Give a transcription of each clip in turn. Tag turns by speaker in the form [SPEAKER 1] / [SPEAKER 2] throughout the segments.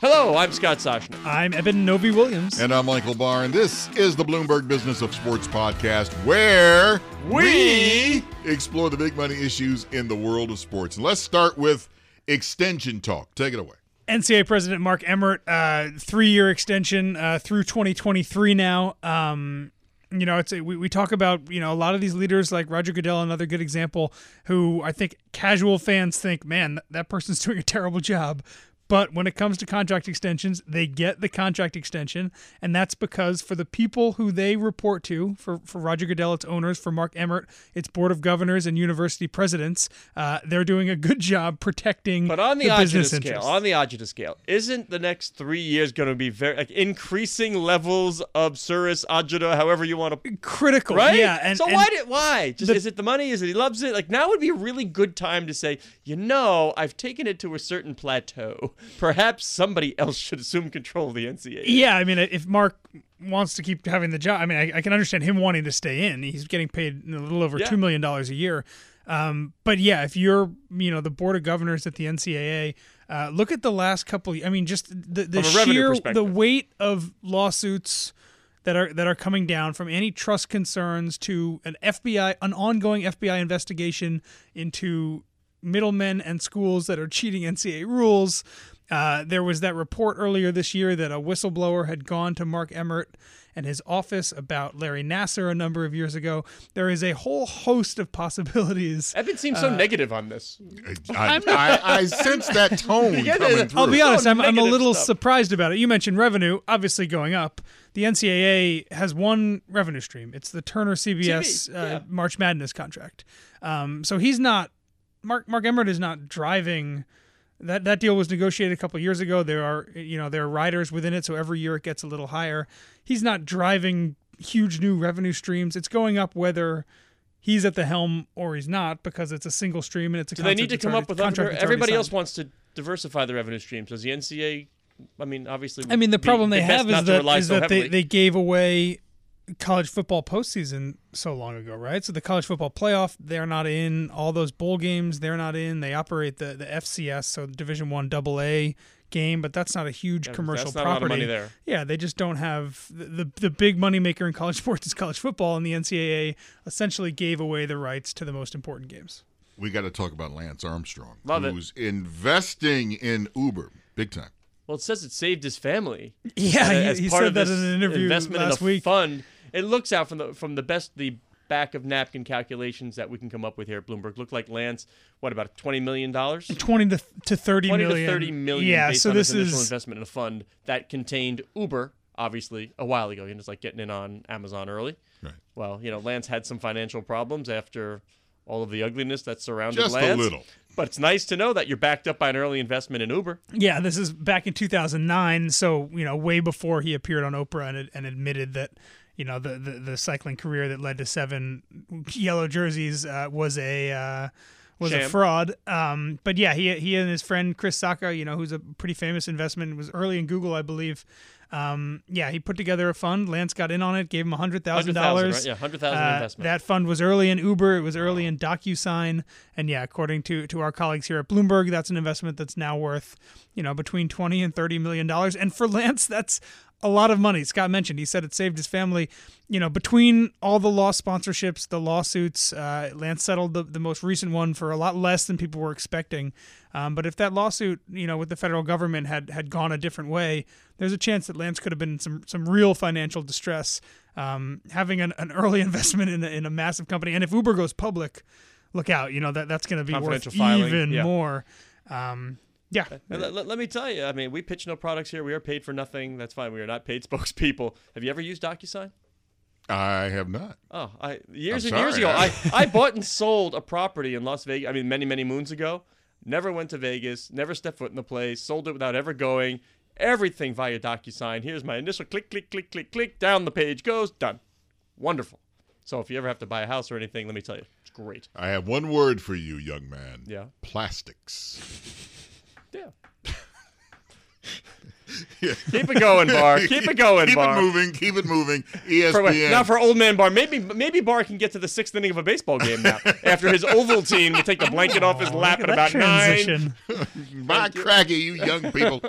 [SPEAKER 1] Hello, I'm Scott Soshner.
[SPEAKER 2] I'm Eben Novi Williams.
[SPEAKER 3] And I'm Michael Barr, and this is the Bloomberg Business of Sports podcast, where
[SPEAKER 1] We-
[SPEAKER 3] explore the big money issues in the world of sports. And let's start with extension talk. Take it away.
[SPEAKER 2] NCAA President Mark Emmert, uh, three-year extension uh, through 2023 now. Um, you know, it's a, we, we talk about you know a lot of these leaders like Roger Goodell, another good example, who I think casual fans think, man, th- that person's doing a terrible job. But when it comes to contract extensions, they get the contract extension, and that's because for the people who they report to, for for Roger Goodell, its owners, for Mark Emmert, its board of governors and university presidents, uh, they're doing a good job protecting.
[SPEAKER 1] But on the, agita
[SPEAKER 2] business
[SPEAKER 1] scale,
[SPEAKER 2] interests.
[SPEAKER 1] on the agita scale, isn't the next three years going to be very like, increasing levels of Suris agita, however you want to,
[SPEAKER 2] critical,
[SPEAKER 1] right?
[SPEAKER 2] Yeah, and
[SPEAKER 1] so
[SPEAKER 2] and
[SPEAKER 1] why did why? Just
[SPEAKER 2] the-
[SPEAKER 1] is it the money? Is it he loves it? Like now would be a really good time to say, you know, I've taken it to a certain plateau. Perhaps somebody else should assume control of the NCAA.
[SPEAKER 2] yeah, I mean, if Mark wants to keep having the job, I mean, I, I can understand him wanting to stay in. He's getting paid a little over
[SPEAKER 1] Yeah.
[SPEAKER 2] two million dollars a year. Um, but yeah, if you're, you know, the board of governors at the NCAA, uh, look at the last couple. I mean, just the the
[SPEAKER 1] From a revenue
[SPEAKER 2] sheer the
[SPEAKER 1] perspective.
[SPEAKER 2] weight of lawsuits that are that are coming down from antitrust concerns to an FBI an ongoing FBI investigation into middlemen and schools that are cheating NCAA rules. Uh, there was that report earlier this year that a whistleblower had gone to Mark Emmert and his office about Larry Nasser a number of years ago. There is a whole host of possibilities.
[SPEAKER 1] Evan seems
[SPEAKER 2] Uh,
[SPEAKER 1] so negative on this.
[SPEAKER 3] I, I, I sense that tone
[SPEAKER 1] Yeah,
[SPEAKER 3] coming through.
[SPEAKER 2] I'll be honest, I'm, I'm a
[SPEAKER 1] negative
[SPEAKER 2] little
[SPEAKER 1] stuff.
[SPEAKER 2] surprised about it. You mentioned revenue, obviously going up. The NCAA has one revenue stream. It's the Turner CBS
[SPEAKER 1] TV,
[SPEAKER 2] uh,
[SPEAKER 1] yeah.
[SPEAKER 2] March Madness contract. Um, so he's not Mark Mark Emmert is not driving. That that deal was negotiated a couple years ago. There are you know there are riders within it, so every year it gets a little higher. He's not driving huge new revenue streams. It's going up whether. He's at the helm, or he's not, because it's a single stream and it's a.
[SPEAKER 1] Do they need to
[SPEAKER 2] contract that's
[SPEAKER 1] come
[SPEAKER 2] already-
[SPEAKER 1] up with
[SPEAKER 2] contract
[SPEAKER 1] other,
[SPEAKER 2] that's already
[SPEAKER 1] everybody
[SPEAKER 2] signed.
[SPEAKER 1] else wants to diversify the revenue streams. Does the NCAA I mean, obviously.
[SPEAKER 2] I mean, the
[SPEAKER 1] be-
[SPEAKER 2] problem they
[SPEAKER 1] be best
[SPEAKER 2] have
[SPEAKER 1] not
[SPEAKER 2] is
[SPEAKER 1] to
[SPEAKER 2] that,
[SPEAKER 1] rely
[SPEAKER 2] is
[SPEAKER 1] so
[SPEAKER 2] that they,
[SPEAKER 1] heavily.
[SPEAKER 2] they gave away college football postseason so long ago, right? So the college football playoff, they're not in all those bowl games. They're not in. They operate the the FCS, so Division One Double A game, but that's not a huge
[SPEAKER 1] Yeah,
[SPEAKER 2] commercial
[SPEAKER 1] that's not a lot
[SPEAKER 2] property.
[SPEAKER 1] of money there.
[SPEAKER 2] Yeah, they just don't have the the, the big money maker in college sports is college football, and the NCAA essentially gave away the rights to the most important games.
[SPEAKER 3] We got to talk about Lance Armstrong,
[SPEAKER 1] Love it.
[SPEAKER 3] who's investing in Uber big time.
[SPEAKER 1] Well, it says it saved his family.
[SPEAKER 2] Yeah,
[SPEAKER 1] Uh,
[SPEAKER 2] he-
[SPEAKER 1] as
[SPEAKER 2] he
[SPEAKER 1] part
[SPEAKER 2] said
[SPEAKER 1] of
[SPEAKER 2] that
[SPEAKER 1] this
[SPEAKER 2] in an interview
[SPEAKER 1] investment
[SPEAKER 2] last
[SPEAKER 1] in a
[SPEAKER 2] week.
[SPEAKER 1] Fund. It looks out from the from the best the back of napkin calculations that we can come up with here at Bloomberg. Looked like Lance, what about twenty million dollars?
[SPEAKER 2] Twenty to to thirty
[SPEAKER 1] Twenty
[SPEAKER 2] million.
[SPEAKER 1] to thirty million.
[SPEAKER 2] Yeah,
[SPEAKER 1] based
[SPEAKER 2] so
[SPEAKER 1] on
[SPEAKER 2] this
[SPEAKER 1] his initial
[SPEAKER 2] is
[SPEAKER 1] investment in a fund that contained Uber, obviously a while ago. You know, it's like getting in on Amazon early.
[SPEAKER 3] Right.
[SPEAKER 1] Well, you know, Lance had some financial problems after all of the ugliness that surrounded
[SPEAKER 3] Just a
[SPEAKER 1] Lance.
[SPEAKER 3] little.
[SPEAKER 1] But it's nice to know that you're backed up by an early investment in Uber.
[SPEAKER 2] Yeah, this is back in 2009, so you know, way before he appeared on Oprah and, and admitted that you know the, the the cycling career that led to seven yellow jerseys uh, was a uh, was a
[SPEAKER 1] Sham.
[SPEAKER 2] fraud. Um, but yeah, he he and his friend Chris Sacca, you know, who's a pretty famous investment, was early in Google, I believe. Um, yeah, he put together a fund. Lance got in on it, gave him hundred thousand Uh,
[SPEAKER 1] $100,000,
[SPEAKER 2] dollars.
[SPEAKER 1] right? Yeah, $100,000 investment.
[SPEAKER 2] That fund was early in Uber. It was early in DocuSign, and yeah, according to to our colleagues here at Bloomberg, that's an investment that's now worth you know between twenty and thirty million dollars. And for Lance, that's a lot of money. Scott mentioned he said it saved his family. You know, between all the lost sponsorships, the lawsuits, uh, Lance settled the, the most recent one for a lot less than people were expecting. Um, but if that lawsuit, you know, with the federal government had had gone a different way, there's a chance that Lance could have been in some some real financial distress. Um, having an, an early investment in a, in a massive company, and if Uber goes public, look out. You know that that's going to be worth
[SPEAKER 1] Confidential filing,
[SPEAKER 2] even
[SPEAKER 1] yeah.
[SPEAKER 2] more. Um, yeah,
[SPEAKER 1] And let, let- let me tell you, I mean, we pitch no products here. We are paid for nothing. That's fine. We are not paid spokespeople. Have you ever used DocuSign?
[SPEAKER 3] I have not.
[SPEAKER 1] Oh, I years
[SPEAKER 3] I'm
[SPEAKER 1] and years
[SPEAKER 3] sorry,
[SPEAKER 1] ago,
[SPEAKER 3] I-
[SPEAKER 1] I, I bought and sold a property in Las Vegas. I mean, many many moons ago. Never went to Vegas. Never stepped foot in the place. Sold it without ever going. Everything via DocuSign. Here's my initial click, click, click, click, click. Down the page goes. Done. Wonderful. So if you ever have to buy a house or anything, let me tell you, it's great.
[SPEAKER 3] I have one word for you, young man.
[SPEAKER 1] Yeah.
[SPEAKER 3] Plastics.
[SPEAKER 1] Yeah.
[SPEAKER 3] Yeah.
[SPEAKER 1] Keep it going, Bar. Keep it going,
[SPEAKER 3] keep
[SPEAKER 1] Bar.
[SPEAKER 3] it moving. Keep it moving. E
[SPEAKER 1] For,
[SPEAKER 3] ESPN.
[SPEAKER 1] now for old man Barr, maybe maybe Barr can get to the sixth inning of a baseball game now. after his Oval team will take the blanket off his lap
[SPEAKER 2] Look
[SPEAKER 1] at
[SPEAKER 2] at that
[SPEAKER 1] about nine.
[SPEAKER 2] transition.
[SPEAKER 3] By cracky, you young people.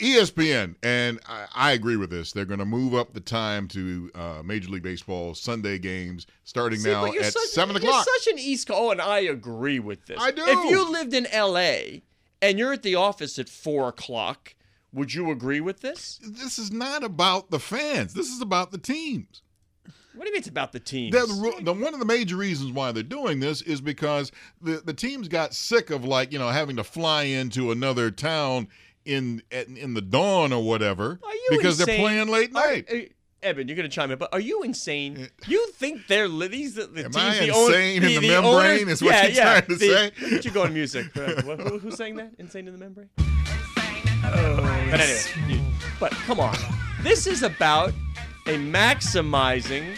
[SPEAKER 3] E ESPN, and I, I agree with this. They're going to move up the time to uh, Major League Baseball Sunday games starting
[SPEAKER 1] See,
[SPEAKER 3] now
[SPEAKER 1] but you're
[SPEAKER 3] at
[SPEAKER 1] such-
[SPEAKER 3] seven o'clock.
[SPEAKER 1] You're such an East Coast. Oh, and I agree with this.
[SPEAKER 3] I do.
[SPEAKER 1] If you lived in L.A. and you're at the office at four o'clock, would you agree with this?
[SPEAKER 3] this is not about the fans. This is about the teams.
[SPEAKER 1] What do you mean it's about the teams?
[SPEAKER 3] They're The, ru- the, one of the major reasons why they're doing this is because the, the teams got sick of like you know having to fly into another town in at, in the dawn or whatever
[SPEAKER 1] Are you
[SPEAKER 3] because they're
[SPEAKER 1] insane?
[SPEAKER 3] playing late
[SPEAKER 1] Are-
[SPEAKER 3] night.
[SPEAKER 1] uh, Evan, you're gonna chime in, but are you insane? You think they're li- these the, the
[SPEAKER 3] Am
[SPEAKER 1] teams?
[SPEAKER 3] I
[SPEAKER 1] the own-
[SPEAKER 3] insane in the
[SPEAKER 1] owners-
[SPEAKER 3] membrane is what
[SPEAKER 1] yeah,
[SPEAKER 3] you're
[SPEAKER 1] yeah,
[SPEAKER 3] trying to
[SPEAKER 1] the-
[SPEAKER 3] say?
[SPEAKER 1] why don't you go on music? Uh, wh- who, who sang that? Insane in the membrane. But
[SPEAKER 4] But
[SPEAKER 1] anyway, you- but come on, this is about a maximizing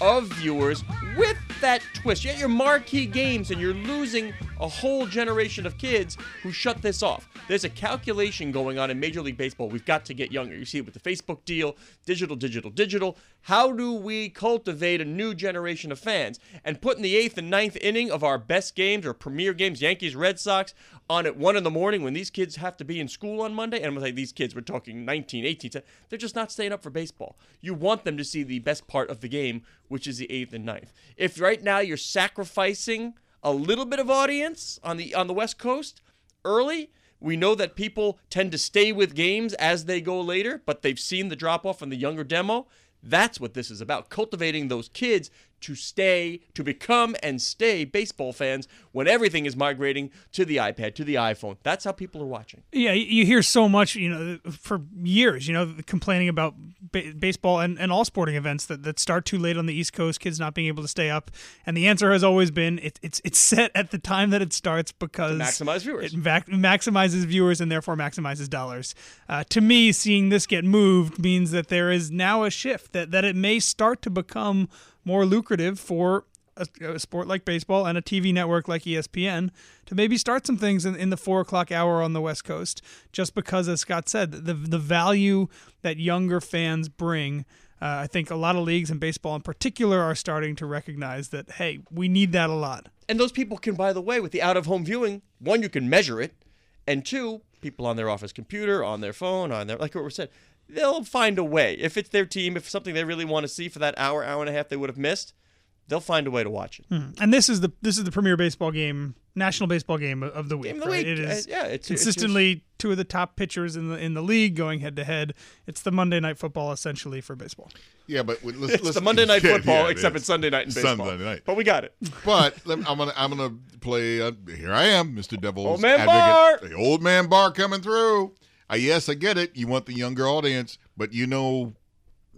[SPEAKER 1] of viewers with that twist. You got your marquee games, and you're losing a whole generation of kids who shut this off. There's a calculation going on in Major League Baseball. We've got to get younger. You see it with the Facebook deal, digital, digital, digital. How do we cultivate a new generation of fans and putting the eighth and ninth inning of our best games or premier games, Yankees, Red Sox, on at one in the morning when these kids have to be in school on Monday? And when I say these kids, we're talking 19, 18, 10, they're just not staying up for baseball. You want them to see the best part of the game, which is the eighth and ninth. If right now you're sacrificing a little bit of audience on the on the West Coast early, we know that people tend to stay with games as they go later, but they've seen the drop off in the younger demo. That's what this is about cultivating those kids to stay, to become and stay baseball fans when everything is migrating to the iPad, to the iPhone. That's how people are watching.
[SPEAKER 2] Yeah, you- you hear so much, you know, for years, you know, complaining about ba- baseball and, and all sporting events that, that start too late on the East Coast, kids not being able to stay up. And the answer has always been it, it's it's set at the time that it starts because
[SPEAKER 1] maximize viewers.
[SPEAKER 2] It vac- maximizes viewers and therefore maximizes dollars. Uh, to me, seeing this get moved means that there is now a shift that that it may start to become more lucrative for a, a sport like baseball and a TV network like E ESPN to maybe start some things in, in the four o'clock hour on the West Coast, just because, as Scott said, the the value that younger fans bring. Uh, I think a lot of leagues and baseball in particular are starting to recognize that, hey, we need that a lot.
[SPEAKER 1] And those people can, by the way, with the out of home viewing, one, you can measure it, and two, people on their office computer, on their phone, on their, like what we said, they'll find a way. If it's their team, if something they really want to see for that hour, hour and a half they would have missed, they'll find a way to watch it.
[SPEAKER 3] Hmm.
[SPEAKER 2] Mm. and this is the this is the premier baseball game, national baseball game of the week.
[SPEAKER 1] Game of the
[SPEAKER 2] right?
[SPEAKER 1] week,
[SPEAKER 2] It is
[SPEAKER 1] uh, yeah, it's- it's
[SPEAKER 2] consistently two of the top pitchers in the in the league going head to head. It's the Monday night football essentially for baseball.
[SPEAKER 3] Yeah, but let's, let's
[SPEAKER 1] It's the Monday night
[SPEAKER 3] yeah,
[SPEAKER 1] football,
[SPEAKER 3] yeah, it
[SPEAKER 1] except
[SPEAKER 3] is.
[SPEAKER 1] it's Sunday night in baseball.
[SPEAKER 3] Sunday night.
[SPEAKER 1] But we got it.
[SPEAKER 3] But let me- I'm gonna I'm gonna play. Uh, here I am, Mr. Devil's
[SPEAKER 1] Old man Barr.
[SPEAKER 3] advocate. The old man bar coming through. Uh, yes, I get it. You want the younger audience, but you know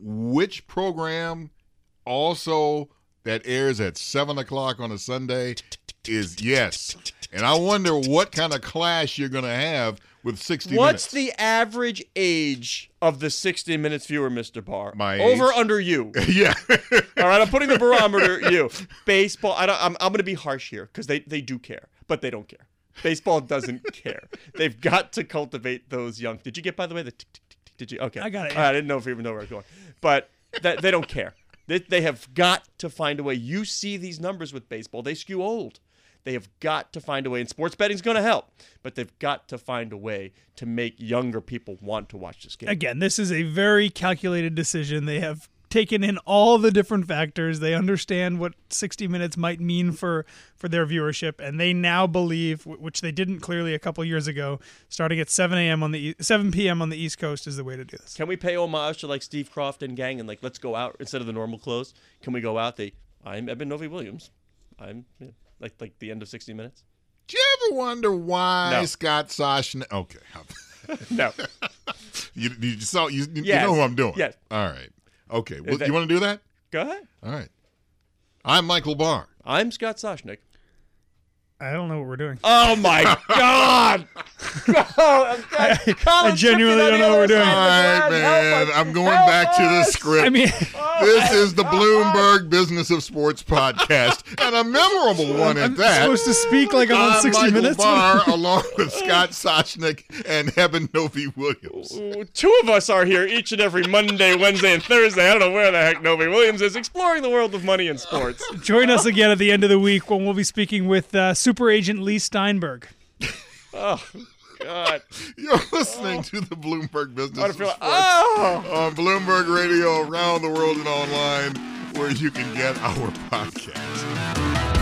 [SPEAKER 3] which program also that airs at seven o'clock on a Sunday is yes. And I wonder what kind of clash you're gonna have with sixty
[SPEAKER 1] What's
[SPEAKER 3] minutes.
[SPEAKER 1] the average age of the 60 Minutes viewer, Mr. Barr?
[SPEAKER 3] My
[SPEAKER 1] Over,
[SPEAKER 3] age?
[SPEAKER 1] under you.
[SPEAKER 3] yeah.
[SPEAKER 1] All right, I'm putting the barometer at you. Baseball, I don't, I'm, I'm going to be harsh here because they, they do care, but they don't care. Baseball doesn't care. They've got to cultivate those young. Did you get, by the way, the tick, tick, tick, tick? Did you? Okay.
[SPEAKER 2] I got it,
[SPEAKER 1] All right, I didn't know if you even know where I was going. But that, they don't care. They, they have got to find a way. You see these numbers with baseball, they skew old. They have got to find a way, and sports betting's going to help, but they've got to find a way to make younger people want to watch this game.
[SPEAKER 2] Again, this is a very calculated decision. They have taken in all the different factors. They understand what 60 minutes might mean for for their viewership, and they now believe, wh- which they didn't clearly a couple years ago, starting at 7 a.m. on the E- 7 p.m. on the East Coast is the way to do this.
[SPEAKER 1] Can we pay homage to like Steve Croft and gang and like let's go out instead of the normal clothes? Can we go out? They, I'm Eben Novi Williams. I'm yeah, like like the end of 60 Minutes.
[SPEAKER 3] Do you ever wonder why
[SPEAKER 1] No.
[SPEAKER 3] Scott Soshna? Okay.
[SPEAKER 1] No,
[SPEAKER 3] You, you saw you, you
[SPEAKER 1] Yes.
[SPEAKER 3] know who I'm doing.
[SPEAKER 1] Yes.
[SPEAKER 3] All right. Okay. Well,
[SPEAKER 1] that-
[SPEAKER 3] you want to do that?
[SPEAKER 1] go ahead.
[SPEAKER 3] All right. I'm Michael Barr.
[SPEAKER 1] I'm Scott Soshnick.
[SPEAKER 2] I don't know what we're doing.
[SPEAKER 1] Oh my God! Oh, I,
[SPEAKER 2] I genuinely don't know what we're doing.
[SPEAKER 3] All right, man. I'm going back to the script.
[SPEAKER 2] I mean.
[SPEAKER 3] this is the Bloomberg Business of Sports podcast, and a memorable one at that.
[SPEAKER 2] supposed to speak like I'm on
[SPEAKER 3] I'm
[SPEAKER 2] 60
[SPEAKER 3] Michael
[SPEAKER 2] Minutes.
[SPEAKER 3] Barr, along with Scott Sochnick and Eben Novi Williams.
[SPEAKER 1] Two of us are here each and every Monday, Wednesday, and Thursday. I don't know where the heck Novi Williams is exploring the world of money and sports.
[SPEAKER 2] Join us again at the end of the week when we'll be speaking with uh, Super Agent Lee Steinberg.
[SPEAKER 1] God.
[SPEAKER 3] You're listening to the Bloomberg Business
[SPEAKER 1] I feel like,
[SPEAKER 3] Report
[SPEAKER 1] oh!
[SPEAKER 3] on Bloomberg Radio around the world and online, where you can get our podcast.